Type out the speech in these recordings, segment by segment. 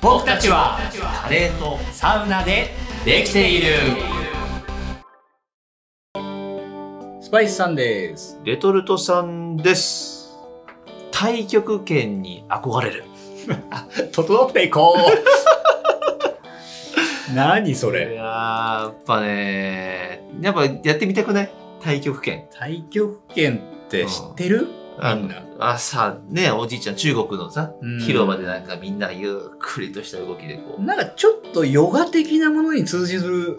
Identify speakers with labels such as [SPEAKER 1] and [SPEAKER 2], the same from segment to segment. [SPEAKER 1] 僕たちは
[SPEAKER 2] カレーと
[SPEAKER 1] サウナでできているスパイスさんです
[SPEAKER 2] レトルトさんです太極拳に憧れる
[SPEAKER 1] 整っていこう 何そ
[SPEAKER 2] いやー
[SPEAKER 1] れ
[SPEAKER 2] やっぱねやっぱやってみたくない太極拳
[SPEAKER 1] 太極拳って知ってる
[SPEAKER 2] あ
[SPEAKER 1] みんな
[SPEAKER 2] 朝ねおじいちゃん中国のさ
[SPEAKER 1] うん
[SPEAKER 2] 広場でなんかみんなゆっくりとした動きでこう
[SPEAKER 1] なんかちょっとヨガ的なものに通じる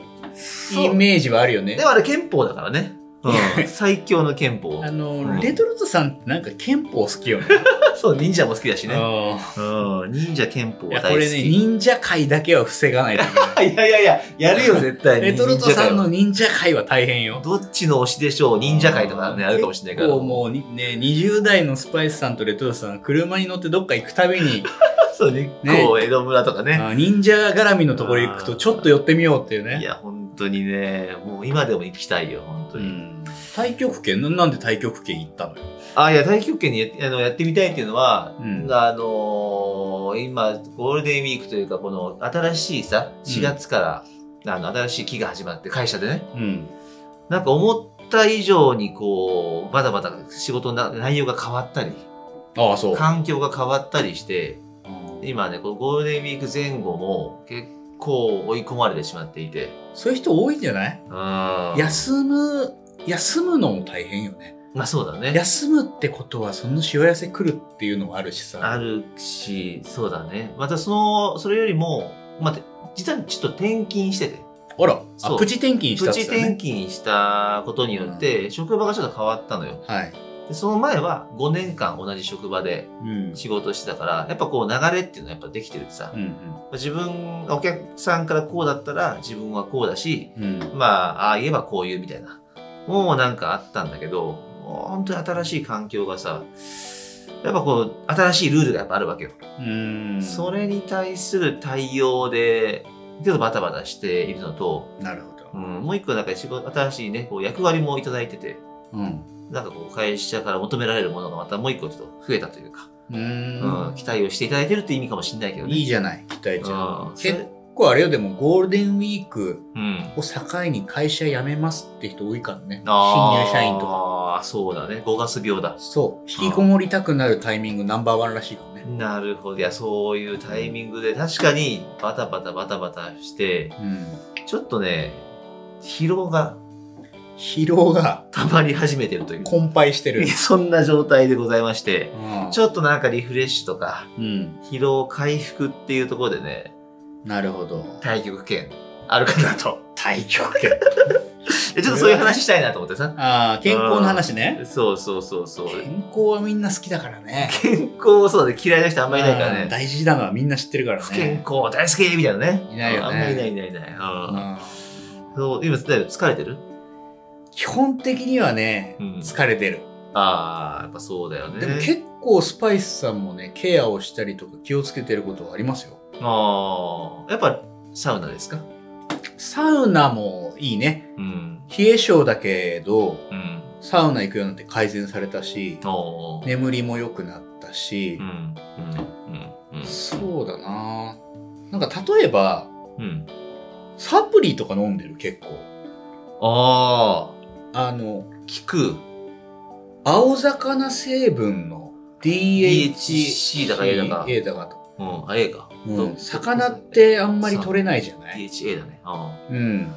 [SPEAKER 1] イメージはあるよね
[SPEAKER 2] でもあれ憲法だからね、 うん、最強の憲法
[SPEAKER 1] あの、
[SPEAKER 2] うん
[SPEAKER 1] レトルトさんってなんか憲法好きよね
[SPEAKER 2] そう忍者も好きだしね
[SPEAKER 1] うん
[SPEAKER 2] うん、忍者憲法
[SPEAKER 1] い
[SPEAKER 2] は
[SPEAKER 1] や
[SPEAKER 2] 大
[SPEAKER 1] こ
[SPEAKER 2] 好
[SPEAKER 1] れね
[SPEAKER 2] き。い
[SPEAKER 1] 忍者会だけは防がないといけない
[SPEAKER 2] やいやいや、やるよ、絶対に。
[SPEAKER 1] レトルトさんの
[SPEAKER 2] 忍者
[SPEAKER 1] 忍者会は大変よ
[SPEAKER 2] 会。は。どっちの推しでしょう、忍者会とかね、あるかもしれないから。
[SPEAKER 1] 結構もうにね、20代のスパイスさんとレトルトさん、車に乗ってどっか行くたびに、
[SPEAKER 2] そうね、
[SPEAKER 1] ね
[SPEAKER 2] こう、江戸村とか ね。
[SPEAKER 1] あ忍者絡みのところ行くと、ちょっと寄ってみようっていう
[SPEAKER 2] い
[SPEAKER 1] ね。
[SPEAKER 2] や、本当にね、もう今でも行きたいよ、本当
[SPEAKER 1] う
[SPEAKER 2] に。
[SPEAKER 1] ん太極拳ななんで太極拳行ったのよ。
[SPEAKER 2] あ、いや、太極拳にやあのやってみたいっていうのは、
[SPEAKER 1] うん
[SPEAKER 2] あのー今、ゴールデンウィークというか、この新しいさ、4月から、あの新しい期が始まって、会社でね。
[SPEAKER 1] うん。
[SPEAKER 2] なんか思った以上にこう、バタバタ仕事の内容が変わったり、
[SPEAKER 1] ああ、そう。
[SPEAKER 2] 環境が変わったりして、
[SPEAKER 1] うん
[SPEAKER 2] 今ね、このゴールデンウィーク前後も結構追い込まれてしまっていて。
[SPEAKER 1] そういう人多いんじゃない
[SPEAKER 2] うん。ま
[SPEAKER 1] 休む、休むのも大変よね。
[SPEAKER 2] あそうだね。
[SPEAKER 1] 休むってことは、そのしわ寄せ来るっていうのもあるし
[SPEAKER 2] あ
[SPEAKER 1] さ。
[SPEAKER 2] るし、そうだね。またその、それよりも、まあ、実はちょっと転勤してて、
[SPEAKER 1] あら、あ
[SPEAKER 2] そう
[SPEAKER 1] プチ転勤し
[SPEAKER 2] プ
[SPEAKER 1] たっ
[SPEAKER 2] チ
[SPEAKER 1] つった
[SPEAKER 2] 転
[SPEAKER 1] ね。
[SPEAKER 2] 勤したことによって、職場がちょっと変わったのよ。
[SPEAKER 1] はい。
[SPEAKER 2] でその前は5年間同じ職場で
[SPEAKER 1] うん
[SPEAKER 2] 仕事してたから、やっぱこう流れっていうのはやっぱできてるってさ
[SPEAKER 1] う、ん
[SPEAKER 2] 自分、お客さんからこうだったら自分はこうだし、
[SPEAKER 1] うん。うん。
[SPEAKER 2] まあ、ああ言えばこういうみたいな。もうなんかあったんだけど、もう本当に新しい環境がさ、やっぱこう、新しいルールがやっぱあるわけよ。
[SPEAKER 1] うん
[SPEAKER 2] それに対する対応で、ちょっとバタバタしているのと、
[SPEAKER 1] なるほど
[SPEAKER 2] うん、もう一個なんか仕事、新しいね、こう役割もいただいてて、
[SPEAKER 1] うん
[SPEAKER 2] なんかこう、会社から求められるものがまたもう一個ちょっと増えたというか、
[SPEAKER 1] う
[SPEAKER 2] うん
[SPEAKER 1] ん、
[SPEAKER 2] 期待をしていただいてるって意味かもしれないけどね。
[SPEAKER 1] いいじゃない期待値
[SPEAKER 2] うんそれ
[SPEAKER 1] 結構あれよでもゴールデンウィーク
[SPEAKER 2] うん。
[SPEAKER 1] を境に会社辞めますって人多いからね新
[SPEAKER 2] あー
[SPEAKER 1] 入社員とか
[SPEAKER 2] あーそうだね。5月病だ。
[SPEAKER 1] そう引きこもりたくなるタイミングナンバーワンらしいからね
[SPEAKER 2] なるほど。いや、そういうタイミングで、確かにバタバタバタバタして、
[SPEAKER 1] うん
[SPEAKER 2] ちょっとね、疲労が
[SPEAKER 1] 疲労が
[SPEAKER 2] 溜まり始めてるという。
[SPEAKER 1] 困憊してる
[SPEAKER 2] そんな状態でございまして、
[SPEAKER 1] うん
[SPEAKER 2] ちょっとなんかリフレッシュとか、
[SPEAKER 1] うん
[SPEAKER 2] 疲労回復っていうところでね、
[SPEAKER 1] なるほど
[SPEAKER 2] 太極拳あるかな と。
[SPEAKER 1] 太極拳
[SPEAKER 2] でちょっとそういう話したいなと思ってさ。
[SPEAKER 1] ああ健康の話ね
[SPEAKER 2] そうそうそうそう。
[SPEAKER 1] 健康はみんな好きだからね
[SPEAKER 2] 健康、そうだね。嫌いな人あんまりいないから
[SPEAKER 1] うん
[SPEAKER 2] ね。
[SPEAKER 1] 大事なのはみんな知ってるからね
[SPEAKER 2] 不健康大好きみたいなね。
[SPEAKER 1] いないよね
[SPEAKER 2] あんまりいないいないいない。うん
[SPEAKER 1] うん
[SPEAKER 2] そう今、だいぶ疲れてる
[SPEAKER 1] 基本的にはね、
[SPEAKER 2] うん
[SPEAKER 1] 疲れてる、
[SPEAKER 2] ああ、やっぱそうだよね。
[SPEAKER 1] でも結構スパイスさんもねケアをしたりとか気をつけてることはありますよ
[SPEAKER 2] ああ、やっぱサウナですか
[SPEAKER 1] サウナもいいね
[SPEAKER 2] うん。
[SPEAKER 1] 冷え性だけど
[SPEAKER 2] うん。
[SPEAKER 1] サウナ行くようになって改善されたし
[SPEAKER 2] おー
[SPEAKER 1] 眠りも良くなったし
[SPEAKER 2] う、ん。うん。
[SPEAKER 1] そうだななんか例えば
[SPEAKER 2] うん。うん。
[SPEAKER 1] サプリとか飲んでる結構
[SPEAKER 2] あ
[SPEAKER 1] あの
[SPEAKER 2] あ、聞く。
[SPEAKER 1] 青魚成分の DHA
[SPEAKER 2] DHC だか A だか
[SPEAKER 1] A だかと、
[SPEAKER 2] うん。あ、A か。
[SPEAKER 1] うん魚ってあんまり取れないじゃない
[SPEAKER 2] DHA だね。あ
[SPEAKER 1] うん。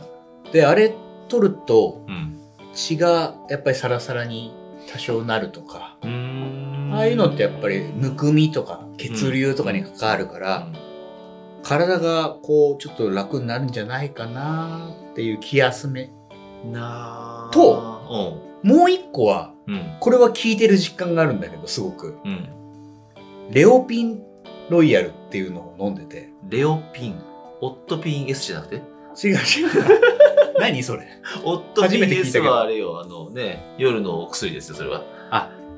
[SPEAKER 1] で、あれ取ると
[SPEAKER 2] ーうん。
[SPEAKER 1] 血がやっぱりサラサラに多少なるとか、
[SPEAKER 2] うーん
[SPEAKER 1] ああいうのってやっぱりむくみとか血流とかに関わるから、体がこうちょっと楽になるんじゃないかなっていう気休め。
[SPEAKER 2] うんなあ
[SPEAKER 1] と、もう一個は、
[SPEAKER 2] うん。うん。
[SPEAKER 1] これは聞いてる実感があるんだけど、すごく。
[SPEAKER 2] うん。
[SPEAKER 1] レオピンロイヤルっていうのを飲んでて。
[SPEAKER 2] レオピン。オットピン S じゃなくて
[SPEAKER 1] 違う違う。 何それ。
[SPEAKER 2] オット
[SPEAKER 1] 初
[SPEAKER 2] ピ
[SPEAKER 1] め
[SPEAKER 2] ン
[SPEAKER 1] て聞いた
[SPEAKER 2] S
[SPEAKER 1] けど
[SPEAKER 2] はあれよ、あのね、夜のお薬ですよ、それは。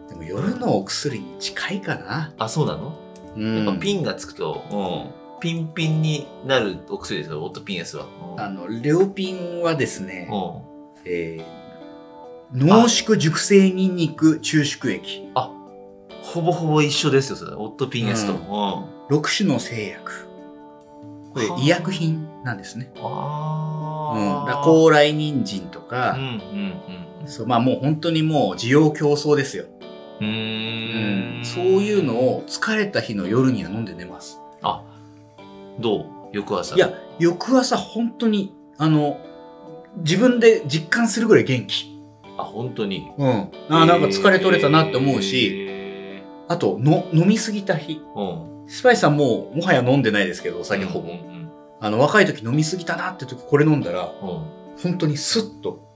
[SPEAKER 1] でも夜のお薬に近いかな。
[SPEAKER 2] あ、そうなの
[SPEAKER 1] うん
[SPEAKER 2] やっぱピンがつくと、うんピンピンになるお薬ですよ、オットピン S は。うん
[SPEAKER 1] あの、レオピンはですね、
[SPEAKER 2] う
[SPEAKER 1] えー濃縮熟成ニンニク抽縮液
[SPEAKER 2] んほぼほぼ一緒ですよ、それ。オットピン S と。
[SPEAKER 1] う
[SPEAKER 2] うん
[SPEAKER 1] 6種の製薬これ医薬品なんですね。うん、
[SPEAKER 2] あ
[SPEAKER 1] だから
[SPEAKER 2] あ。
[SPEAKER 1] 高麗人参と
[SPEAKER 2] う
[SPEAKER 1] か、
[SPEAKER 2] んうん
[SPEAKER 1] そうまあもう本当にもう需要競争ですよ。
[SPEAKER 2] うん。う
[SPEAKER 1] う
[SPEAKER 2] ー
[SPEAKER 1] ん
[SPEAKER 2] ん。
[SPEAKER 1] そういうのを疲れた日の夜には飲んで寝ます。
[SPEAKER 2] どう翌朝。
[SPEAKER 1] いや、翌朝本当に、あの、自分で実感するぐらい元気。
[SPEAKER 2] あ、本当に。
[SPEAKER 1] うん。あーなんか疲れ取れたなって思うし、
[SPEAKER 2] へ
[SPEAKER 1] あとの、飲みすぎた日。
[SPEAKER 2] ー。うん。
[SPEAKER 1] スパイスさんもう、もはや飲んでないですけど、お酒ほぼ。
[SPEAKER 2] うんうん
[SPEAKER 1] あの、若い時飲みすぎたなって時、これ飲んだら、
[SPEAKER 2] うん。
[SPEAKER 1] 本当にスッと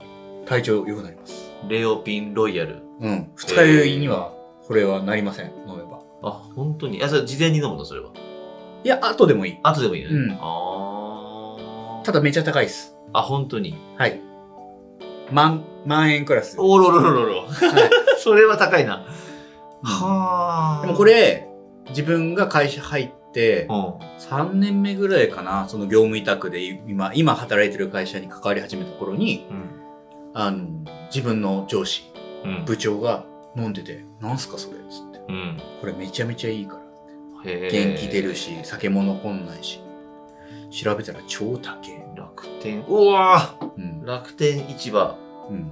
[SPEAKER 1] 体調良くなります。
[SPEAKER 2] うんレオピンロイヤル。
[SPEAKER 1] うん。二日酔いには、これはなりません、飲めば。
[SPEAKER 2] あ、本当に。あ、それ事前に飲むのそれは。
[SPEAKER 1] いや、後でもいい。
[SPEAKER 2] 後でもいいよね。
[SPEAKER 1] うん
[SPEAKER 2] あ
[SPEAKER 1] た
[SPEAKER 2] あ。
[SPEAKER 1] だめちゃ高いです。
[SPEAKER 2] あ、本当に。
[SPEAKER 1] はい。万、万円クラス。
[SPEAKER 2] おろろろろろ。 それは高いな。はあ。
[SPEAKER 1] でもこ。れ、自分が会社入って
[SPEAKER 2] う、ん。
[SPEAKER 1] 3年目ぐらいかな、その業務委託で今、今働いてる会社に関わり始めた頃に、
[SPEAKER 2] うん。
[SPEAKER 1] あの、自分の上司、
[SPEAKER 2] うん。
[SPEAKER 1] 部長が飲んでて、なんすかそれっつって。
[SPEAKER 2] うん。
[SPEAKER 1] これめちゃめちゃいいから。
[SPEAKER 2] へえ。
[SPEAKER 1] 元気出るし、酒も残んないし。調べたら超高え。
[SPEAKER 2] 楽天。うわー
[SPEAKER 1] うん。
[SPEAKER 2] 楽天市場。
[SPEAKER 1] うん。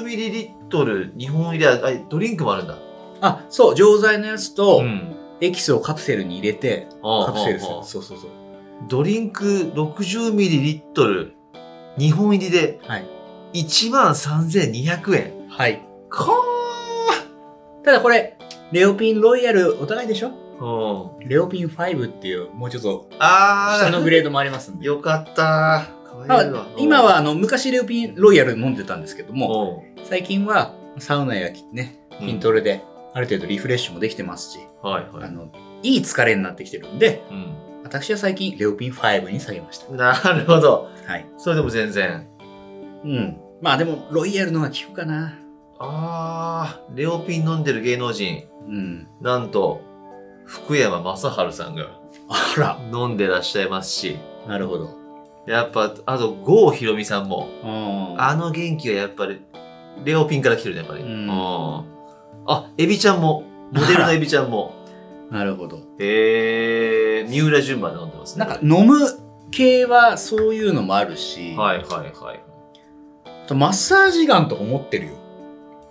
[SPEAKER 2] 60ml 日本入れ、あ、あドリンクもあるんだ。
[SPEAKER 1] あ、そう、錠剤のやつと、
[SPEAKER 2] ん。
[SPEAKER 1] エキスをカプセルに入れて、
[SPEAKER 2] ああ
[SPEAKER 1] カプセルする
[SPEAKER 2] あ。あ
[SPEAKER 1] そうそうそう。
[SPEAKER 2] ドリンク 60ml 日本入りで
[SPEAKER 1] はい。
[SPEAKER 2] 1万3200円。
[SPEAKER 1] はい。
[SPEAKER 2] か
[SPEAKER 1] ただこれ、レオピンロイヤルお互いでしょ
[SPEAKER 2] ーうん。
[SPEAKER 1] レオピン5っていう、もうちょっと
[SPEAKER 2] あー。
[SPEAKER 1] 下のグレードもありますんで。
[SPEAKER 2] よかったー。かわいいわ
[SPEAKER 1] あ。今はあの昔レオピンロイヤル飲んでたんですけども、
[SPEAKER 2] おう、
[SPEAKER 1] 最近はサウナやね、
[SPEAKER 2] うん
[SPEAKER 1] 筋トレである程度リフレッシュもできてますし、
[SPEAKER 2] はいは
[SPEAKER 1] あ
[SPEAKER 2] い。
[SPEAKER 1] の、いい疲れになってきてるんで、
[SPEAKER 2] う
[SPEAKER 1] 私は最近レオピン5に下げました。
[SPEAKER 2] ん。なるほど。
[SPEAKER 1] はい。
[SPEAKER 2] それでも全然。
[SPEAKER 1] うん。まあでも、ロイヤルのは効くかな。
[SPEAKER 2] あー、レオピン飲んでる芸能人、
[SPEAKER 1] うん。
[SPEAKER 2] なんと、福山雅治さんが
[SPEAKER 1] あら。
[SPEAKER 2] 飲んでらっしゃいますし、
[SPEAKER 1] なるほど。
[SPEAKER 2] やっぱ、あと、郷ひろみさんも、
[SPEAKER 1] あ
[SPEAKER 2] あの元気はやっぱり、レオピンから来てるね、やっぱり。
[SPEAKER 1] うん
[SPEAKER 2] うんあ、エビちゃんも、モデル のエビちゃんも、
[SPEAKER 1] あ。なるほど。
[SPEAKER 2] へえー、三浦順番で飲んでますね。
[SPEAKER 1] なんか、飲む系はそういうのもあるし、
[SPEAKER 2] はいはいはい。
[SPEAKER 1] あとマッサージガンとか持ってるよ。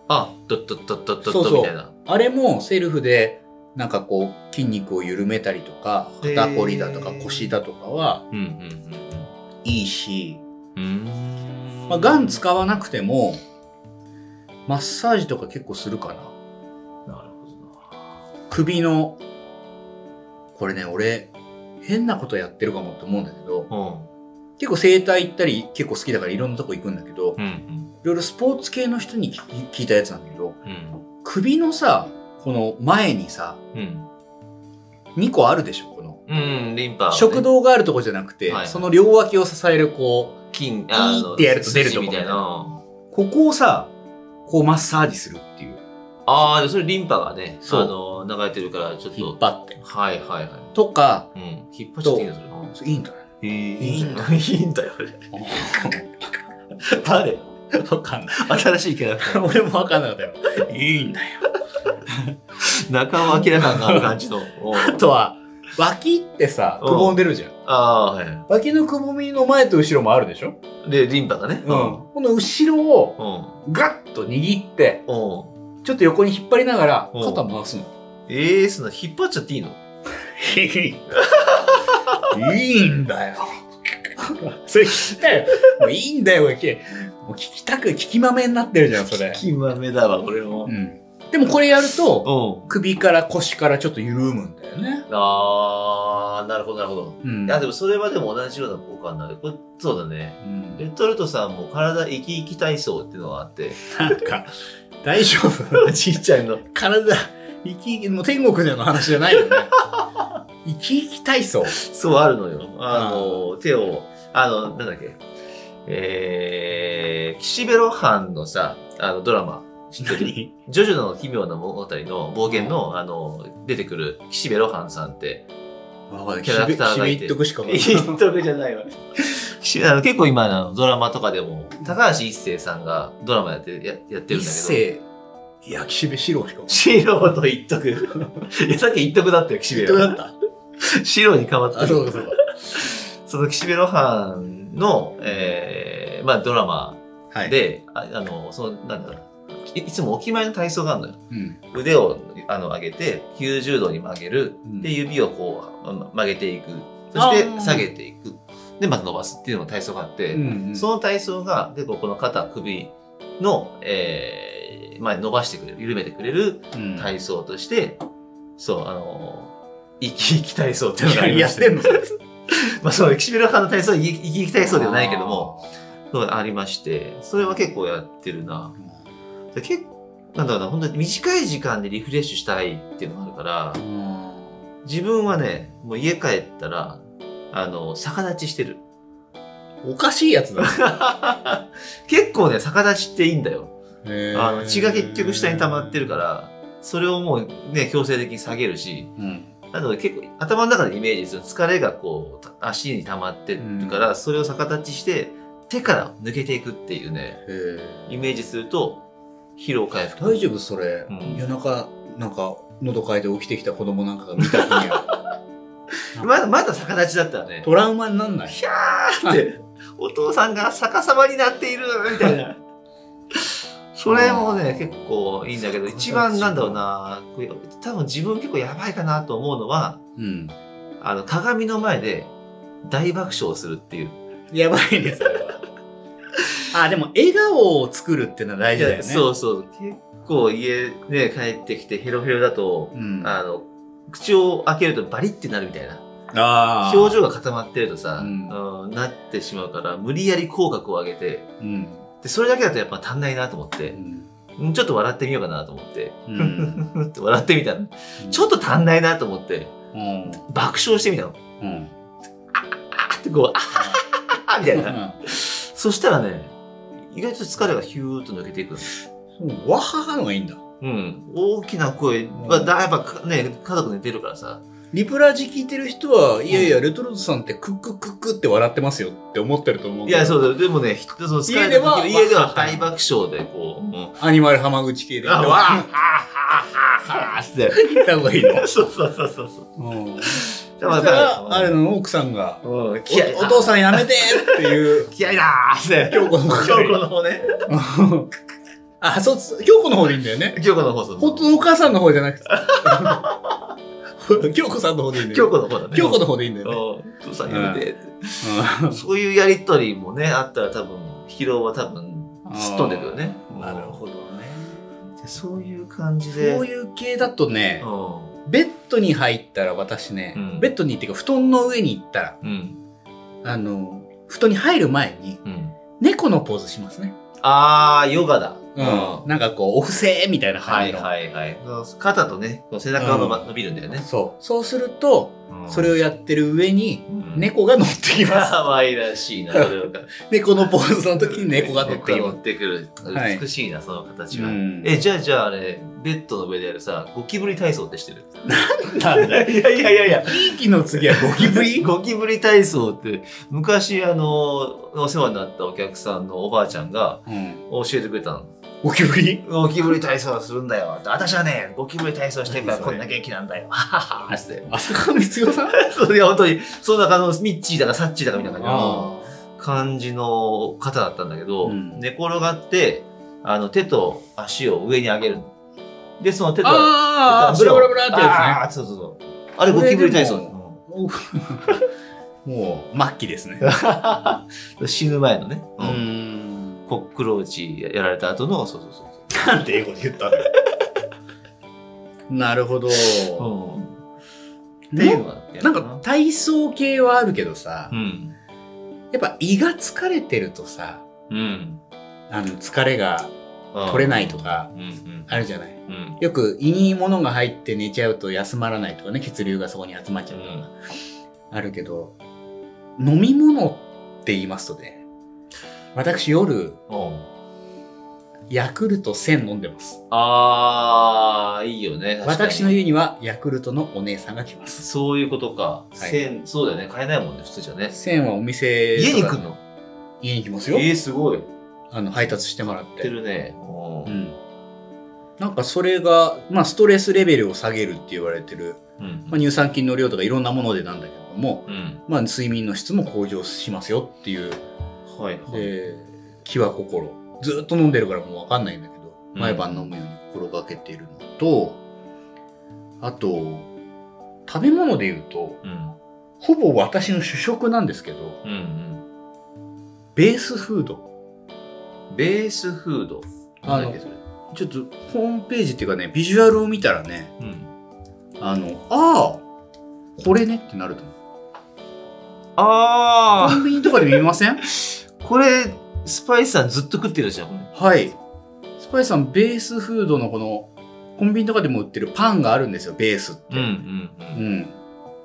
[SPEAKER 2] あ、ドッドッドッドッド
[SPEAKER 1] そう
[SPEAKER 2] ッ
[SPEAKER 1] そう
[SPEAKER 2] ドみたいな。
[SPEAKER 1] あれもセルフで、なんかこう、筋肉を緩めたりとか、
[SPEAKER 2] へー
[SPEAKER 1] 肩こりだとか腰だとかは
[SPEAKER 2] うん
[SPEAKER 1] いいし、
[SPEAKER 2] うんうんうん。
[SPEAKER 1] まあ、ガン使わなくても、マッサージとか結構するかな。
[SPEAKER 2] なるほ
[SPEAKER 1] 首の、これね、俺、変なことやってるかもって思うんだけど、
[SPEAKER 2] ど
[SPEAKER 1] 結構整体行ったり結構好きだからいろんなとこ行くんだけど、
[SPEAKER 2] な。うん。うん
[SPEAKER 1] いろいろスポーツ系の人に聞聞いたやつなんだけど、
[SPEAKER 2] うん。
[SPEAKER 1] 首のさ、この前にさ、
[SPEAKER 2] うん。
[SPEAKER 1] 2個あるでしょ、この。
[SPEAKER 2] うん。うん。リンパ、
[SPEAKER 1] 食。道があるとこじゃなくて、
[SPEAKER 2] はいはい
[SPEAKER 1] その両脇を支えるこ
[SPEAKER 2] 筋、
[SPEAKER 1] ピーってやると出るとこ
[SPEAKER 2] 筋みたいな。
[SPEAKER 1] うここをさこうマッサージするっていう
[SPEAKER 2] ああ、でもそれリンパがね、
[SPEAKER 1] そう
[SPEAKER 2] あの、流れてるから、ちょっ
[SPEAKER 1] 引っ
[SPEAKER 2] と。
[SPEAKER 1] 張って
[SPEAKER 2] はいはいは
[SPEAKER 1] とか
[SPEAKER 2] い。うん。引っ張っちゃっていいのそれ。
[SPEAKER 1] それいいんだよ
[SPEAKER 2] へー
[SPEAKER 1] いいんだ
[SPEAKER 2] いいんだよ。誰
[SPEAKER 1] 分かんない
[SPEAKER 2] 新しいキャラクター。
[SPEAKER 1] 俺も分かんなかったよいいんだよ
[SPEAKER 2] 中尾明さんがある感じの。おう
[SPEAKER 1] あとは脇ってさ
[SPEAKER 2] うん
[SPEAKER 1] くぼんでるじゃん
[SPEAKER 2] あーは
[SPEAKER 1] 脇のくぼみの前と後ろもあるでしょ、
[SPEAKER 2] い。で、リンパがね。
[SPEAKER 1] この後ろを
[SPEAKER 2] うん。
[SPEAKER 1] ガッと握って
[SPEAKER 2] うん。
[SPEAKER 1] ちょっと横に引っ張りながら
[SPEAKER 2] うん
[SPEAKER 1] 肩回すの
[SPEAKER 2] ええー、そんな引っ張っちゃっていいの
[SPEAKER 1] いいんだよ それ聞きたよもういいんだよがけもう聞きたく聞きまめになってるじゃんそれ
[SPEAKER 2] 気まめだわ、これも
[SPEAKER 1] う。ん、でもこれやると、
[SPEAKER 2] う
[SPEAKER 1] 首から腰からちょっと緩むんだよね。
[SPEAKER 2] ん。あー、なるほど、なるほど。
[SPEAKER 1] うん
[SPEAKER 2] いや、でもそれはでも同じような効果になる。これそうだね。
[SPEAKER 1] うん
[SPEAKER 2] レトルトさんも体生き生き体操っていうのがあって。
[SPEAKER 1] なんか、大丈夫
[SPEAKER 2] ちっちゃいの。
[SPEAKER 1] 体、生き生き、もう天国での話じゃない よね。生き生き体操。
[SPEAKER 2] そう、あるのよ。あの、手を、あの、なんだっけ。えー、岸辺露伴のさ、あの、ドラマ。知ってる
[SPEAKER 1] 何
[SPEAKER 2] ジョジョの奇妙な物語の冒険の、あの、出てくる岸辺露伴さんって、
[SPEAKER 1] わかんない。
[SPEAKER 2] キャラクターがいて
[SPEAKER 1] ひびひびっとくしかわかんない
[SPEAKER 2] 一徳じゃないわ。しあの結構今あのドラマとかでも、高橋一生さんがドラマやってややってるん
[SPEAKER 1] 一
[SPEAKER 2] だけど。
[SPEAKER 1] 世、焼きしべ四郎しかわか
[SPEAKER 2] 白 と一徳。いや、さっき一徳だったよ、岸
[SPEAKER 1] んない。
[SPEAKER 2] 辺
[SPEAKER 1] どう
[SPEAKER 2] は。
[SPEAKER 1] だった
[SPEAKER 2] 白に変わった。
[SPEAKER 1] あ、そうかそうか。
[SPEAKER 2] その岸辺露伴の、えーまあ、ドラマ
[SPEAKER 1] はい。、
[SPEAKER 2] で、ああのそのなんだろういいつもお決まりの体操があるのよ
[SPEAKER 1] うん。
[SPEAKER 2] 腕をあの上げて90度に曲げる
[SPEAKER 1] うん
[SPEAKER 2] で指をこうま曲げていくそし
[SPEAKER 1] あー
[SPEAKER 2] て下げていくでまた伸ばすっていうのが体操があって、
[SPEAKER 1] うんうん
[SPEAKER 2] その体操が結構この肩首の、えーまあ、伸ばしてくれる緩めてくれる
[SPEAKER 1] うん
[SPEAKER 2] 体操として、そうあの生き生き体操っていうのがあ
[SPEAKER 1] や
[SPEAKER 2] りま
[SPEAKER 1] やっ
[SPEAKER 2] し
[SPEAKER 1] ててんのそれ
[SPEAKER 2] まあ、そう、岸辺露伴の体操は生き生き体操ではないけども、。そうありまして、それは結構やってるな
[SPEAKER 1] あ。ー
[SPEAKER 2] で結なんだろうな、本当に短い時間でリフレッシュしたいっていうのがあるから、自分はね、もう家帰ったら、あの、逆立ちしてる。
[SPEAKER 1] うんおかしいやつだね。
[SPEAKER 2] 結構ね、逆立ちっていいんだよ。
[SPEAKER 1] へー
[SPEAKER 2] あの血が結局下に溜まってるか。ら、それをもうね、強制的に下げるし、
[SPEAKER 1] うん。
[SPEAKER 2] なので結構頭の中でイメージする疲れがこうた足に溜まってるから、それを逆立ちして手から抜けていくっていうね
[SPEAKER 1] へー
[SPEAKER 2] イメージすると疲労回復
[SPEAKER 1] 大丈夫それ、
[SPEAKER 2] うん
[SPEAKER 1] 夜中なんか喉かいて起きてきた子供なんかが見た時に は
[SPEAKER 2] まだまだ逆立ちだったらね
[SPEAKER 1] トラウマになんない
[SPEAKER 2] ひゃ ーってお父さんが逆さまになっているみたいなそれもね結構いいんだけど
[SPEAKER 1] 逆立ち
[SPEAKER 2] 一番なんだろうなこれ多分自分結構やばいかなと思うのは
[SPEAKER 1] うん
[SPEAKER 2] あの鏡の前で大爆笑するっていう
[SPEAKER 1] やばいねそれは あでも笑顔を作るってのは大事だよね
[SPEAKER 2] そうそう。結構家ね、帰ってきてヘロヘロだと、
[SPEAKER 1] うん、
[SPEAKER 2] あの、口を開けるとバリってなるみたいな。
[SPEAKER 1] あー
[SPEAKER 2] 表情が固まってるとさ、
[SPEAKER 1] うん
[SPEAKER 2] うんなってしまうから、無理やり口角を上げて、
[SPEAKER 1] うん、
[SPEAKER 2] で、それだけだとやっぱ足んないなと思って
[SPEAKER 1] う、ん
[SPEAKER 2] うんちょっと笑ってみようかなと思って、
[SPEAKER 1] う
[SPEAKER 2] ふ
[SPEAKER 1] ん、
[SPEAKER 2] ふふって笑ってみたの。ちょっ
[SPEAKER 1] と、
[SPEAKER 2] と足んないなと思って、
[SPEAKER 1] うん
[SPEAKER 2] 爆笑してみたの。
[SPEAKER 1] うん、
[SPEAKER 2] あーってこう、あーみたいな。
[SPEAKER 1] う
[SPEAKER 2] そしたらね、意外と疲れがヒューッと抜けていくの
[SPEAKER 1] んわははのがいいんだ
[SPEAKER 2] うん、大きな声は、だやっぱかね、家族寝てるからさ、
[SPEAKER 1] リプラジ聞いてる人は、いやいや、レトルトさんってクックックックって笑ってますよって思ってると思う
[SPEAKER 2] い
[SPEAKER 1] けど。
[SPEAKER 2] や、そうだ、でもね、ひその疲
[SPEAKER 1] 家
[SPEAKER 2] れ
[SPEAKER 1] で
[SPEAKER 2] た時
[SPEAKER 1] は
[SPEAKER 2] の家で
[SPEAKER 1] わ
[SPEAKER 2] は
[SPEAKER 1] っはっは
[SPEAKER 2] 大爆笑で、こう、も
[SPEAKER 1] アニマル浜口系
[SPEAKER 2] う、
[SPEAKER 1] で。
[SPEAKER 2] あわあ、は
[SPEAKER 1] わ
[SPEAKER 2] あ、はあ、はあ、って。
[SPEAKER 1] 言った方がいいの。
[SPEAKER 2] そうそうそうそうそう。
[SPEAKER 1] うん。
[SPEAKER 2] だ
[SPEAKER 1] そ
[SPEAKER 2] か
[SPEAKER 1] した
[SPEAKER 2] ら、
[SPEAKER 1] ら、あれの奥さんが、
[SPEAKER 2] うん、気合い
[SPEAKER 1] おお
[SPEAKER 2] だ、、
[SPEAKER 1] 父さんやめてって いう
[SPEAKER 2] 気合いだーって。
[SPEAKER 1] 京子の
[SPEAKER 2] 京子の方ね。
[SPEAKER 1] 方。あ、そう、そう京子の方でいいんだよね。
[SPEAKER 2] 京子の方、そ
[SPEAKER 1] 本当のお母さんの方じゃなく て。京子さんの方でいいんだ
[SPEAKER 2] 京
[SPEAKER 1] よ、ね。
[SPEAKER 2] 子の方だね。
[SPEAKER 1] 京子
[SPEAKER 2] の
[SPEAKER 1] の方でいいんだよね。
[SPEAKER 2] お父さんやめてって。そういうやりとりもね、あったら多分、疲労は多分、すっ飛んでくよね。
[SPEAKER 1] うんなるほどね。
[SPEAKER 2] ど。そういう感じで。
[SPEAKER 1] そういう系だとね、
[SPEAKER 2] う
[SPEAKER 1] ベッドに入ったら私ね、
[SPEAKER 2] うん
[SPEAKER 1] ベッドにっていうか布団の上に行ったら、
[SPEAKER 2] ん。うん。
[SPEAKER 1] あの、布団に入る前に
[SPEAKER 2] うん。
[SPEAKER 1] 猫のポーズしますね。
[SPEAKER 2] あー、ヨガだ。
[SPEAKER 1] うん。なんかこう、お布施みたいな
[SPEAKER 2] は
[SPEAKER 1] 感
[SPEAKER 2] い
[SPEAKER 1] じの。
[SPEAKER 2] はいはい。肩とね、こう背中が伸ば伸びるんだよね。
[SPEAKER 1] そう。そうすると、それ
[SPEAKER 2] を、
[SPEAKER 1] をやってる上に、
[SPEAKER 2] うん。
[SPEAKER 1] 猫が乗ってき ます。
[SPEAKER 2] 可愛らしいな、それ を。
[SPEAKER 1] 猫のポーズの時に猫が乗ってき
[SPEAKER 2] 猫が
[SPEAKER 1] ま
[SPEAKER 2] 乗ってくる
[SPEAKER 1] はい。
[SPEAKER 2] 美しいな、その形
[SPEAKER 1] す。
[SPEAKER 2] は。
[SPEAKER 1] ん
[SPEAKER 2] え、じゃあじゃああれ、ベッドの上でやるさ、ゴキブリ体操ってしてる。
[SPEAKER 1] なんだよ。
[SPEAKER 2] いやいやいやいや。
[SPEAKER 1] ピーキの次はゴキブリ
[SPEAKER 2] ゴキブリ体操って、昔あの、お世話になったお客さんのおばあちゃんが
[SPEAKER 1] うん。
[SPEAKER 2] 教えてくれたの。
[SPEAKER 1] ゴキブリ
[SPEAKER 2] ゴキブリ体操するんだよ。私はね、ゴキブリ体操してるからこんな元気なんだよ。はははって。
[SPEAKER 1] 浅川光代さん
[SPEAKER 2] そういや、本当に、そんな感じの、ミッチーだかサッチーだかみたいな感じの
[SPEAKER 1] あ
[SPEAKER 2] 感じの方だったんだけど、
[SPEAKER 1] うん
[SPEAKER 2] 寝転がって、あの、手と足を上に上げるの。で、その手と、
[SPEAKER 1] あー、ブラブラブラってや
[SPEAKER 2] あーそうそうそう。あれ、ゴキブリ体操。うん
[SPEAKER 1] つね。 もう、末期ですね。
[SPEAKER 2] 死ぬ前のね、
[SPEAKER 1] う
[SPEAKER 2] うん
[SPEAKER 1] ん。
[SPEAKER 2] コックローチやられた後の、そうそうそう
[SPEAKER 1] なんて英語で言ったんだよなるほど。
[SPEAKER 2] そう。うん。っていう
[SPEAKER 1] ね
[SPEAKER 2] のがやる
[SPEAKER 1] なんか、体操系はあるけどさ、
[SPEAKER 2] うん。
[SPEAKER 1] やっぱ胃が疲れてるとさ、
[SPEAKER 2] うん。
[SPEAKER 1] あの疲れが取れないとか
[SPEAKER 2] うん。うん。
[SPEAKER 1] あるじゃない。
[SPEAKER 2] うん。
[SPEAKER 1] よく胃に物が入って寝ちゃうと休まらないとかね、血流がそこに集まっちゃうとか、あるけど、飲み物って言いますとね、私夜、
[SPEAKER 2] うん。
[SPEAKER 1] ヤクルト1000飲んでます。
[SPEAKER 2] ああ、いいよね。確かに
[SPEAKER 1] 私の家にはヤクルトのお姉さんが来ます。
[SPEAKER 2] そういうことか。
[SPEAKER 1] い
[SPEAKER 2] 千そうだよね。買えないもんね、普通じゃね。
[SPEAKER 1] 1000はお店とか
[SPEAKER 2] 家に来んの
[SPEAKER 1] 家に来ます
[SPEAKER 2] え
[SPEAKER 1] よ。
[SPEAKER 2] ー、すごい。売
[SPEAKER 1] あの配達してもらっ
[SPEAKER 2] って
[SPEAKER 1] て。
[SPEAKER 2] るね。お
[SPEAKER 1] う
[SPEAKER 2] ー
[SPEAKER 1] ん。なんかそれが、まあ、ストレスレベルを下げるって言われてる、
[SPEAKER 2] うん
[SPEAKER 1] まあ、乳酸菌の量とかいろんなものでなんだけれども、
[SPEAKER 2] うん
[SPEAKER 1] まあ、睡眠の質も向上しますよっていう
[SPEAKER 2] はいはい
[SPEAKER 1] で気は心ずーっと飲んでるからもう分かんないんだけど、
[SPEAKER 2] うん
[SPEAKER 1] 毎晩飲むように心がけているのとあと食べ物で言うと
[SPEAKER 2] うん
[SPEAKER 1] ほぼ私の主食なんですけど
[SPEAKER 2] うん
[SPEAKER 1] ベースフード
[SPEAKER 2] うんベースフード
[SPEAKER 1] あ
[SPEAKER 2] な
[SPEAKER 1] の
[SPEAKER 2] んだっけそれ
[SPEAKER 1] ちょっとホームページっていうかねビジュアルを見たらね
[SPEAKER 2] うん
[SPEAKER 1] あのああこれねってなると思うコ
[SPEAKER 2] あ
[SPEAKER 1] ンビニとかで見ま せん
[SPEAKER 2] あこれスパイスさんずっと食ってるじゃんこれ
[SPEAKER 1] はいスパイスさんベースフードのこのコンビニとかでも売ってるパンがあるんですよベースって、
[SPEAKER 2] うんうんうん
[SPEAKER 1] うん。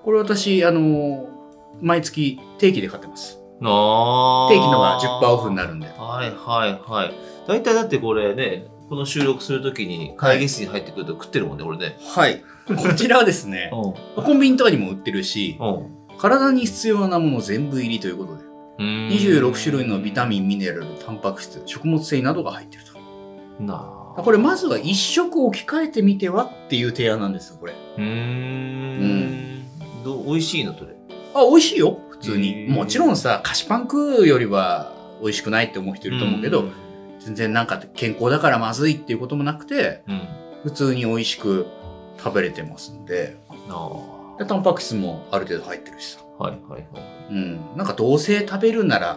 [SPEAKER 1] これ私、あのー毎月定期で買ってます。
[SPEAKER 2] あ
[SPEAKER 1] 定
[SPEAKER 2] ー
[SPEAKER 1] 期のが10%オフになるんで。
[SPEAKER 2] はいはいはい大体だってこれねこの収録するときに会議室に入ってくると食ってるもんね俺ね
[SPEAKER 1] はい。 こちらはです ね、
[SPEAKER 2] うん
[SPEAKER 1] コンビニとかにも売ってるし、
[SPEAKER 2] うん
[SPEAKER 1] 体に必要なもの全部入りということで、26種類のビタ
[SPEAKER 2] ン
[SPEAKER 1] ミン、ミネラル、タンパク質、食物繊維などが入ってると。
[SPEAKER 2] なあ
[SPEAKER 1] これまずは一食置き換えてみてはっていう提案なんですよ、これ。
[SPEAKER 2] うーんどう美味しいのそれ
[SPEAKER 1] あ、美味しいよ、普通に
[SPEAKER 2] へ。ー
[SPEAKER 1] もちろんさ、菓子パン食うよりは美味しくないって思う人いると思うけど、全然なんか健康だからまずいっていうこともなくて、
[SPEAKER 2] うん
[SPEAKER 1] 普通に美味しく食べれてますんで
[SPEAKER 2] なあは
[SPEAKER 1] でタンパク質もある程度入ってるしさ、
[SPEAKER 2] いはいはい
[SPEAKER 1] うん、なんかどうせ食べるなら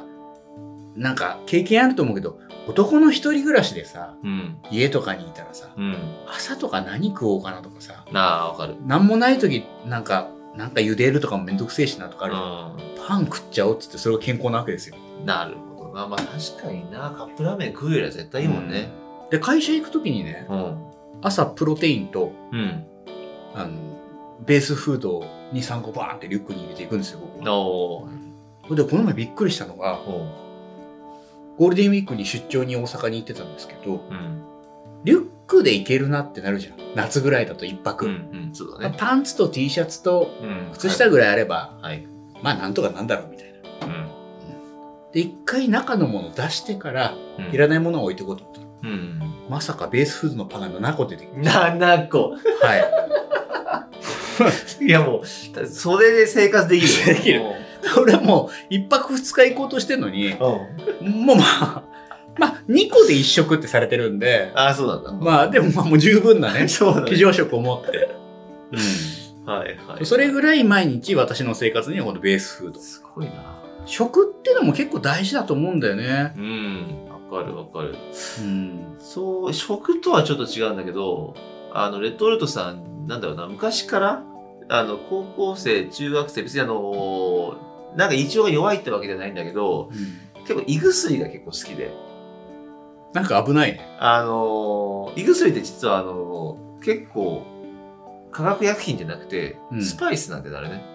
[SPEAKER 1] なんか経験あると思うけど男の一人暮らしでさ
[SPEAKER 2] うん
[SPEAKER 1] 家とかにいたらさ
[SPEAKER 2] うん
[SPEAKER 1] 朝とか何食おうかなとかさ
[SPEAKER 2] なあわかる
[SPEAKER 1] 何もない時なんかなんか茹でるとかもめんどくせえしなとかあるじゃんパン食っちゃおうっつってそれが健康なわけですよ
[SPEAKER 2] うんなるほどなまあ確かになカップラーメン食うよりは絶対いいもんね、
[SPEAKER 1] うんで会社行く時にね
[SPEAKER 2] うん
[SPEAKER 1] 朝プロテインと
[SPEAKER 2] うん
[SPEAKER 1] あのベースフードに3個バーンってリュックに入れていくんですよ僕は
[SPEAKER 2] おー
[SPEAKER 1] それでこの前びっくりしたのが
[SPEAKER 2] お
[SPEAKER 1] ゴールデンウィークに出張に大阪に行ってたんですけど、
[SPEAKER 2] うん
[SPEAKER 1] リュックで行けるなってなるじゃん。夏ぐらいだと一泊。
[SPEAKER 2] うんうんそう
[SPEAKER 1] ま
[SPEAKER 2] だ
[SPEAKER 1] あ
[SPEAKER 2] ね
[SPEAKER 1] パンツと T シャツと
[SPEAKER 2] うん
[SPEAKER 1] 靴下ぐらいあれば、
[SPEAKER 2] はい
[SPEAKER 1] まあなんとかなんだろうみたいな。
[SPEAKER 2] うん
[SPEAKER 1] で、一回中のもの出してから、
[SPEAKER 2] うん
[SPEAKER 1] いらないものを置いていこうと思ったの。
[SPEAKER 2] うん。
[SPEAKER 1] まさかベースフードのパンが7個出てき
[SPEAKER 2] 7個。
[SPEAKER 1] た。はい。
[SPEAKER 2] いやもう、たそれで生活できるよ。
[SPEAKER 1] できる 俺はもう、一泊二日行こうとしてんのに、
[SPEAKER 2] うん。
[SPEAKER 1] もうまあ、まあ2個で1食ってされてるんで、
[SPEAKER 2] ああ、そうなんだ。、
[SPEAKER 1] まあでもまあもう十分なね
[SPEAKER 2] そうなんだ
[SPEAKER 1] 非。常食を持って。うん
[SPEAKER 2] はいはい。
[SPEAKER 1] それ
[SPEAKER 2] らい。
[SPEAKER 1] ぐらい毎日私の生活にはこのベースフード。
[SPEAKER 2] すごいな。
[SPEAKER 1] 食ってのも結構大事だと思うんだよね。
[SPEAKER 2] うん。わかるわかる。
[SPEAKER 1] うん。
[SPEAKER 2] そう、食とはちょっと違うんだけど、あの、レッドオルトさん、なんだろうな、昔から、あの、高校生、中学生、別にあの、なんか胃腸が弱いってわけじゃないんだけど、結構胃薬が結構好きで。
[SPEAKER 1] なんか危ないね。
[SPEAKER 2] あのー胃薬って実はあのー結構化学薬品じゃなくて、
[SPEAKER 1] うん
[SPEAKER 2] スパイスなんてあれね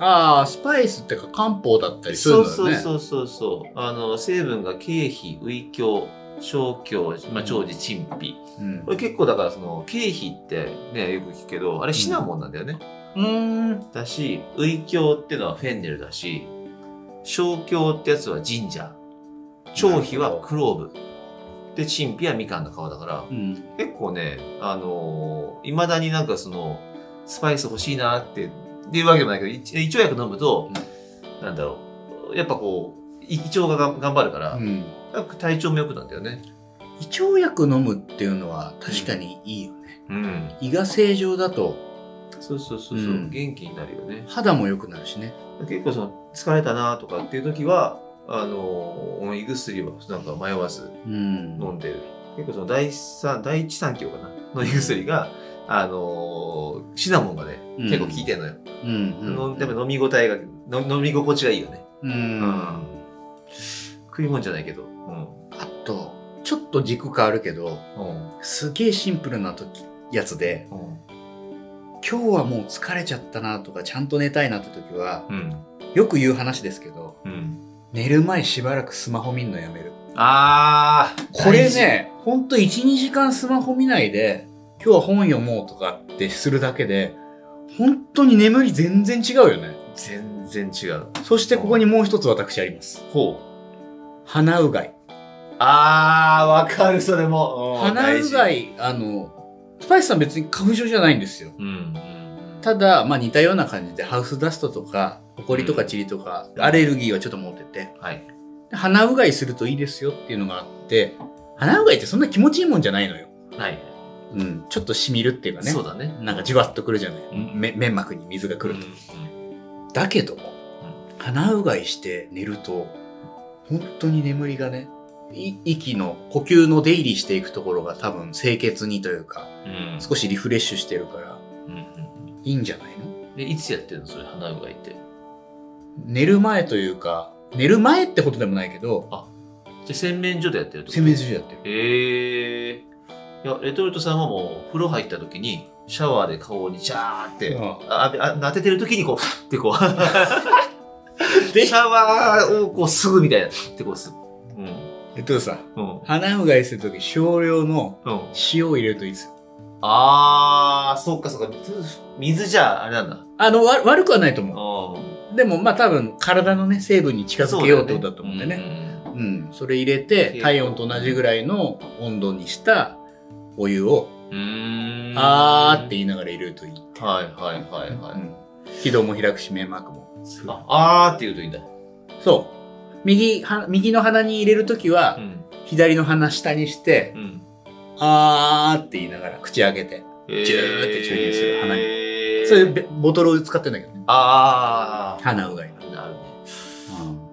[SPEAKER 1] ああ、スパイスってか漢方だったりする
[SPEAKER 2] そ
[SPEAKER 1] ん
[SPEAKER 2] う
[SPEAKER 1] だ
[SPEAKER 2] そ
[SPEAKER 1] よ
[SPEAKER 2] う
[SPEAKER 1] ね。
[SPEAKER 2] そうそうそうあの成分が経費胃鏡小腸、まあ、長寿陳皮
[SPEAKER 1] うん
[SPEAKER 2] これ結構だからその経費ってねよく聞くけどあれシナモンなんだよね、
[SPEAKER 1] うーん。
[SPEAKER 2] だし胃鏡ってのはフェンネルだし小腸ってやつはジンジャー腸皮はクローブで陳皮はみかんの皮だから、
[SPEAKER 1] うん。
[SPEAKER 2] 結構ね、あのいまだになんかその、スパイス欲しいなって、っていうわけでもないけど、一胃腸薬飲むと、なんだろう、やっぱこう、胃胃腸ががん頑張るから、
[SPEAKER 1] うん
[SPEAKER 2] なんか体調も良くなるんだよね。
[SPEAKER 1] 胃腸薬飲むっていうのは確かにいいよね。
[SPEAKER 2] うん。
[SPEAKER 1] 胃が正常だと
[SPEAKER 2] そうそうそうそう、
[SPEAKER 1] うん
[SPEAKER 2] 元気になるよね。
[SPEAKER 1] 肌も良くなるしね。
[SPEAKER 2] 結構その、疲れたなとかっていう時は、あの胃薬はなんか迷わず
[SPEAKER 1] うん。
[SPEAKER 2] 飲んでる。結構その第三、第一三強かなの胃薬が、あのシナモンがね、
[SPEAKER 1] うん
[SPEAKER 2] 結構効いてんのよ。
[SPEAKER 1] うん。うん
[SPEAKER 2] 飲んでも飲み応えがの飲み心地がいいよね
[SPEAKER 1] うん。
[SPEAKER 2] 食い物じゃないけどうん
[SPEAKER 1] あと、ちょっと軸変わるけど、
[SPEAKER 2] うん
[SPEAKER 1] すげえシンプルな時やつで、今日はもう疲れちゃったなとかちゃんと寝たいなって時は
[SPEAKER 2] うん
[SPEAKER 1] よく言う話ですけど
[SPEAKER 2] うん
[SPEAKER 1] 寝る前しばらくスマホ見んのやめる
[SPEAKER 2] あー
[SPEAKER 1] これねほんと12時間スマホ見ないで今日は本読もうとかってするだけで本当に眠り全然違うよね
[SPEAKER 2] 大事全然違う
[SPEAKER 1] そしてここにもう一つ私あります
[SPEAKER 2] ほ
[SPEAKER 1] 鼻うがい
[SPEAKER 2] うあーわかるそれもうん
[SPEAKER 1] 鼻
[SPEAKER 2] 大
[SPEAKER 1] う
[SPEAKER 2] 事
[SPEAKER 1] がいあのスパイスさん別に花粉症じゃないんですよ。
[SPEAKER 2] うん。
[SPEAKER 1] ただ、まあ似たような感じでハウスダストとか、ホコリとかチリとか、アレルギーはちょっと持ってて、
[SPEAKER 2] はい。
[SPEAKER 1] で鼻うがいするといいですよっていうのがあって、鼻うがいってそんな気持ちいいもんじゃないのよ。
[SPEAKER 2] はい。
[SPEAKER 1] うん。ちょっと染みるっていうかね。
[SPEAKER 2] そうだね。
[SPEAKER 1] なんかじわっとくるじゃない。
[SPEAKER 2] うん
[SPEAKER 1] め面膜に水がくると。
[SPEAKER 2] うん
[SPEAKER 1] だけども、鼻うがいして寝ると、本当に眠りがね、い息の呼吸の出入りしていくところが多分清潔にというか、
[SPEAKER 2] うん。
[SPEAKER 1] 少しリフレッシュしてるから、
[SPEAKER 2] うんうん
[SPEAKER 1] いいんじゃないの
[SPEAKER 2] うんで、いつやってるのそれ、花うがいって。じ
[SPEAKER 1] 寝る前というか、寝る前ってことでもないけど、
[SPEAKER 2] ゃあ洗面所でやってるってこと
[SPEAKER 1] 洗面所でやってる。
[SPEAKER 2] へえいや、レトルトさんはもう、風呂入った時に、シャワーで顔にジャーって、
[SPEAKER 1] うん
[SPEAKER 2] ああ当ててる時にこう、ふってこう。で、シャワーをこうすぐみたいな、ふってこうする。うん。
[SPEAKER 1] えっとさ、
[SPEAKER 2] うん。
[SPEAKER 1] 鼻うがいするとき少量の
[SPEAKER 2] うん。
[SPEAKER 1] 塩を入れるといいですよ。
[SPEAKER 2] あー、そっかそっか。水水じゃあ、あれなんだ。
[SPEAKER 1] あの、わ悪くはないと思
[SPEAKER 2] う
[SPEAKER 1] う。でも、まあ多分、体のね、成分に近づけようってことだと思うんでね。
[SPEAKER 2] ね。
[SPEAKER 1] うん。それ入れて、体温と同じぐらいの温度にしたお湯を、
[SPEAKER 2] うん。うん
[SPEAKER 1] あーって言いながら入れるといい。
[SPEAKER 2] はいはいはいはい。
[SPEAKER 1] うん気道も開くし、目膜も。
[SPEAKER 2] ああーって言うといいんだ。
[SPEAKER 1] そう。右、は右の鼻に入れるときは、
[SPEAKER 2] ん。
[SPEAKER 1] 左の鼻下にして、
[SPEAKER 2] うん。
[SPEAKER 1] あーって言いながら口開けて。
[SPEAKER 2] ジュー
[SPEAKER 1] って注入する鼻に
[SPEAKER 2] に
[SPEAKER 1] そういうべボトルを使ってんだけどね。
[SPEAKER 2] ああ。
[SPEAKER 1] 鼻うがいの。
[SPEAKER 2] なるね。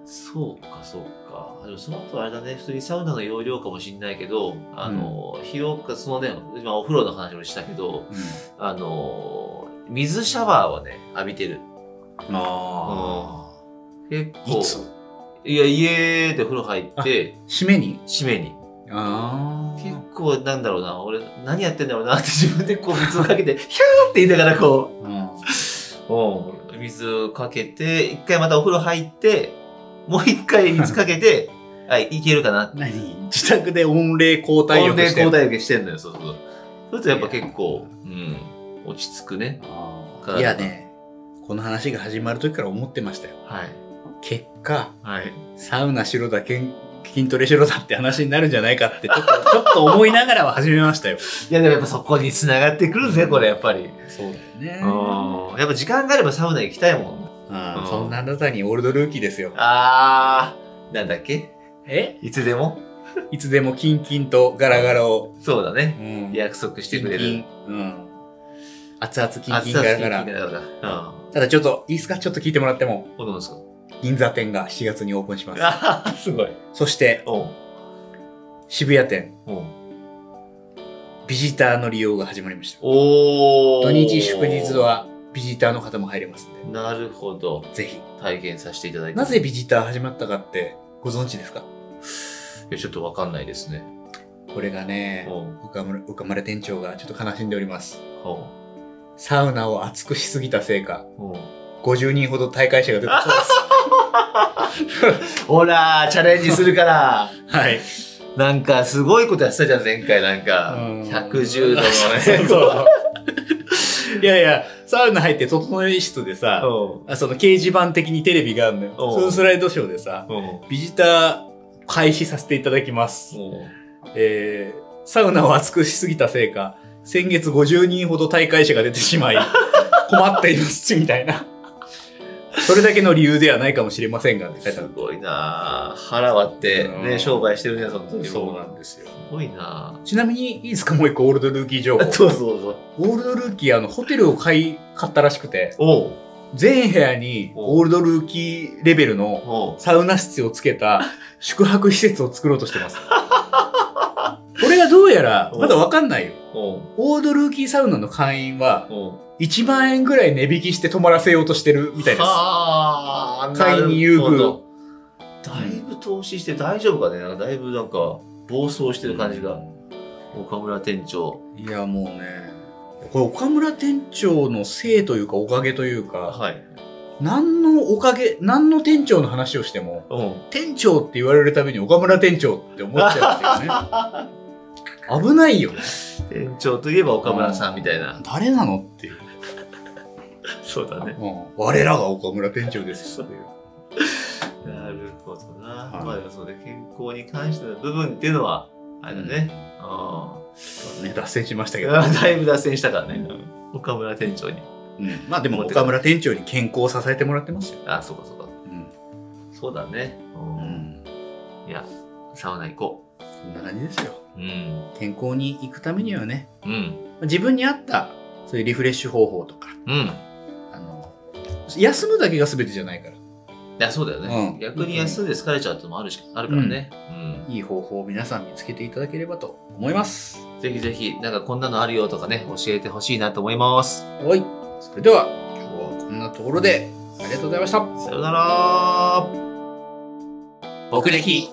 [SPEAKER 2] そうか、そうか。でもその後あれだね、普通にサウナの容量かもしれないけど、あの、費用か、そのね、今お風呂の話もしたけど、
[SPEAKER 1] うん
[SPEAKER 2] あの、水シャワーはね、浴びてる。
[SPEAKER 1] あ
[SPEAKER 2] 結
[SPEAKER 1] あ。
[SPEAKER 2] 構。
[SPEAKER 1] いつ
[SPEAKER 2] いや、家で風呂入って、
[SPEAKER 1] 締めに
[SPEAKER 2] 締めに。
[SPEAKER 1] あ
[SPEAKER 2] 結構なんだろうな、俺、何やってんだろうなって自分でこう水をかけて、 ヒャーって言いながらこう、うん、水かけて、一回またお風呂入って、もう一回水かけ て、はい、いけるかなって。
[SPEAKER 1] 何自宅で温冷交代浴して
[SPEAKER 2] 交
[SPEAKER 1] る
[SPEAKER 2] 代受けしてんのよ、そうそうそう。それとやっぱ結構、うん、落ち着くね。
[SPEAKER 1] あーいやね、この話が始まる時から思ってましたよ。
[SPEAKER 2] はい。
[SPEAKER 1] 結果、
[SPEAKER 2] はい。
[SPEAKER 1] サウナしろだ、けん筋トレしろだって話になるんじゃないかって、ちょっと、 ちょっと思いながらは始めましたよ。
[SPEAKER 2] いや、でもやっぱそこに繋がってくるぜ、これ、やっぱり。
[SPEAKER 1] そうだよね
[SPEAKER 2] うん。やっぱ時間があればサウナ行きたいもん。
[SPEAKER 1] あー
[SPEAKER 2] うん
[SPEAKER 1] そんなあなたにオールドルーキーですよ。
[SPEAKER 2] あー、なんだっけ
[SPEAKER 1] え
[SPEAKER 2] いつでも
[SPEAKER 1] いつでもキンキンとガラガラを。
[SPEAKER 2] そうだね。
[SPEAKER 1] うん
[SPEAKER 2] 約束してくれ
[SPEAKER 1] キン
[SPEAKER 2] る。
[SPEAKER 1] キンうん。熱々キンキン
[SPEAKER 2] 熱
[SPEAKER 1] ガ
[SPEAKER 2] 々
[SPEAKER 1] ラ
[SPEAKER 2] キンキ
[SPEAKER 1] ガラ
[SPEAKER 2] ンだ。から。うん。
[SPEAKER 1] ただちょっと、いいですかちょっと聞いてもらっても。
[SPEAKER 2] おどうですか
[SPEAKER 1] 銀座店が7月にオープンします。
[SPEAKER 2] あー、すごい。
[SPEAKER 1] そして、
[SPEAKER 2] おう
[SPEAKER 1] 渋谷店、
[SPEAKER 2] おう
[SPEAKER 1] ビジターの利用が始まりました。
[SPEAKER 2] おー
[SPEAKER 1] 土日祝日はビジターの方も入れますんで、
[SPEAKER 2] なるほど
[SPEAKER 1] ぜひ。
[SPEAKER 2] 体験させていただいて
[SPEAKER 1] なぜビジター始まったかってご存知ですか
[SPEAKER 2] いやちょっとわかんないですね
[SPEAKER 1] これがね、
[SPEAKER 2] おう
[SPEAKER 1] 岡村岡村店長がちょっと悲しんでおります。
[SPEAKER 2] おう
[SPEAKER 1] サウナを熱くしすぎたせいか、
[SPEAKER 2] おう
[SPEAKER 1] 50人ほど大会者が出たそうです。
[SPEAKER 2] ほらチャレンジするから
[SPEAKER 1] はい。
[SPEAKER 2] なんかすごいことやってたじゃん前回なんか
[SPEAKER 1] うん
[SPEAKER 2] 110度のね
[SPEAKER 1] そうそう。いやいや、サウナ入って整え室でさ、
[SPEAKER 2] おう
[SPEAKER 1] あその掲示板的にテレビがあるのよ。
[SPEAKER 2] おう
[SPEAKER 1] そのスライドショーでさ、
[SPEAKER 2] おう
[SPEAKER 1] ビジター開始させていただきます。
[SPEAKER 2] おう
[SPEAKER 1] えーサウナを熱くしすぎたせいか、先月50人ほど大会者が出てし まい、困っています、みたいな。それだけの理由ではないかもしれませんが、って書いてあ
[SPEAKER 2] す
[SPEAKER 1] る
[SPEAKER 2] ごいなあ腹割って
[SPEAKER 1] う
[SPEAKER 2] ね
[SPEAKER 1] ん
[SPEAKER 2] 商売してるね本当に
[SPEAKER 1] そうなん
[SPEAKER 2] す
[SPEAKER 1] ですよ。
[SPEAKER 2] ごいな
[SPEAKER 1] ちなみに、いいですかもう一個オールドルーキー情報
[SPEAKER 2] あ。どうぞどうぞ
[SPEAKER 1] オールドルーキー、あの、ホテルを買い、買ったらしくて、
[SPEAKER 2] おう
[SPEAKER 1] 全部屋にオールドルーキーレベルの
[SPEAKER 2] おう
[SPEAKER 1] サウナ室をつけた宿泊施設を作ろうとして ます。これがどうやら、まだわかんないよ。
[SPEAKER 2] おう
[SPEAKER 1] オールドルーキーサウナの会員は、
[SPEAKER 2] おう
[SPEAKER 1] 1万円ぐらい値引きして泊まらせようとしてるみたいです。
[SPEAKER 2] はあ、
[SPEAKER 1] 買いに遊具
[SPEAKER 2] なるほどだいぶ投資して大丈夫かねなんかだいぶなんか暴走してる感じが、岡村店長
[SPEAKER 1] いや、もうね、これ岡村店長のせいというかおかげというか、
[SPEAKER 2] はい
[SPEAKER 1] 何のおかげ、何の店長の話をしても、
[SPEAKER 2] うん
[SPEAKER 1] 店長って言われるために岡村店長って思っちゃうっ ていうね。危ないよね。
[SPEAKER 2] 店長といえば岡村さん みたいな
[SPEAKER 1] 誰なのっていう。
[SPEAKER 2] そうだね
[SPEAKER 1] うん我らが岡村店長ですよっていう。
[SPEAKER 2] なるほどな、
[SPEAKER 1] はい
[SPEAKER 2] まあでもそうね健康に関しての部分っていうのはあれだね。あ
[SPEAKER 1] ね、脱線しました けど、
[SPEAKER 2] あだいぶ脱線したからね。岡村店長に。
[SPEAKER 1] うんまあでも岡村店長に健康を支えてもらってますよ、
[SPEAKER 2] あ、そうかそうか。
[SPEAKER 1] うん
[SPEAKER 2] そうだね。
[SPEAKER 1] う
[SPEAKER 2] うん
[SPEAKER 1] ん、
[SPEAKER 2] いや、サウナ行こ
[SPEAKER 1] そんな感じですよ
[SPEAKER 2] う。うん。
[SPEAKER 1] 健康に行くためにはね
[SPEAKER 2] うん。
[SPEAKER 1] 自分に合ったそういうリフレッシュ方法とか
[SPEAKER 2] うん。
[SPEAKER 1] あの休むだけが全てじゃないから
[SPEAKER 2] いや、そうだよね。
[SPEAKER 1] うん
[SPEAKER 2] 逆に休んで疲れちゃうってのもあるし、あるからね。うん。
[SPEAKER 1] いい方法を皆さん見つけていただければと思います
[SPEAKER 2] ぜひぜひ、なんかこんなのあるよとかね、教えてほしいなと思います。
[SPEAKER 1] はいそれでは今日はこんなところでありがとうございました
[SPEAKER 2] さよなら
[SPEAKER 1] 僕歴